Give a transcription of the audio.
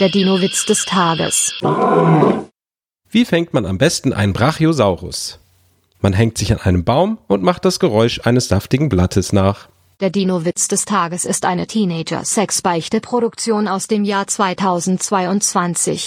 Der Dino-Witz des Tages. Wie fängt man am besten einen Brachiosaurus? Man hängt sich an einem Baum und macht das Geräusch eines saftigen Blattes nach. Der Dino-Witz des Tages ist eine Teenager-Sex-Beichte-Produktion aus dem Jahr 2022.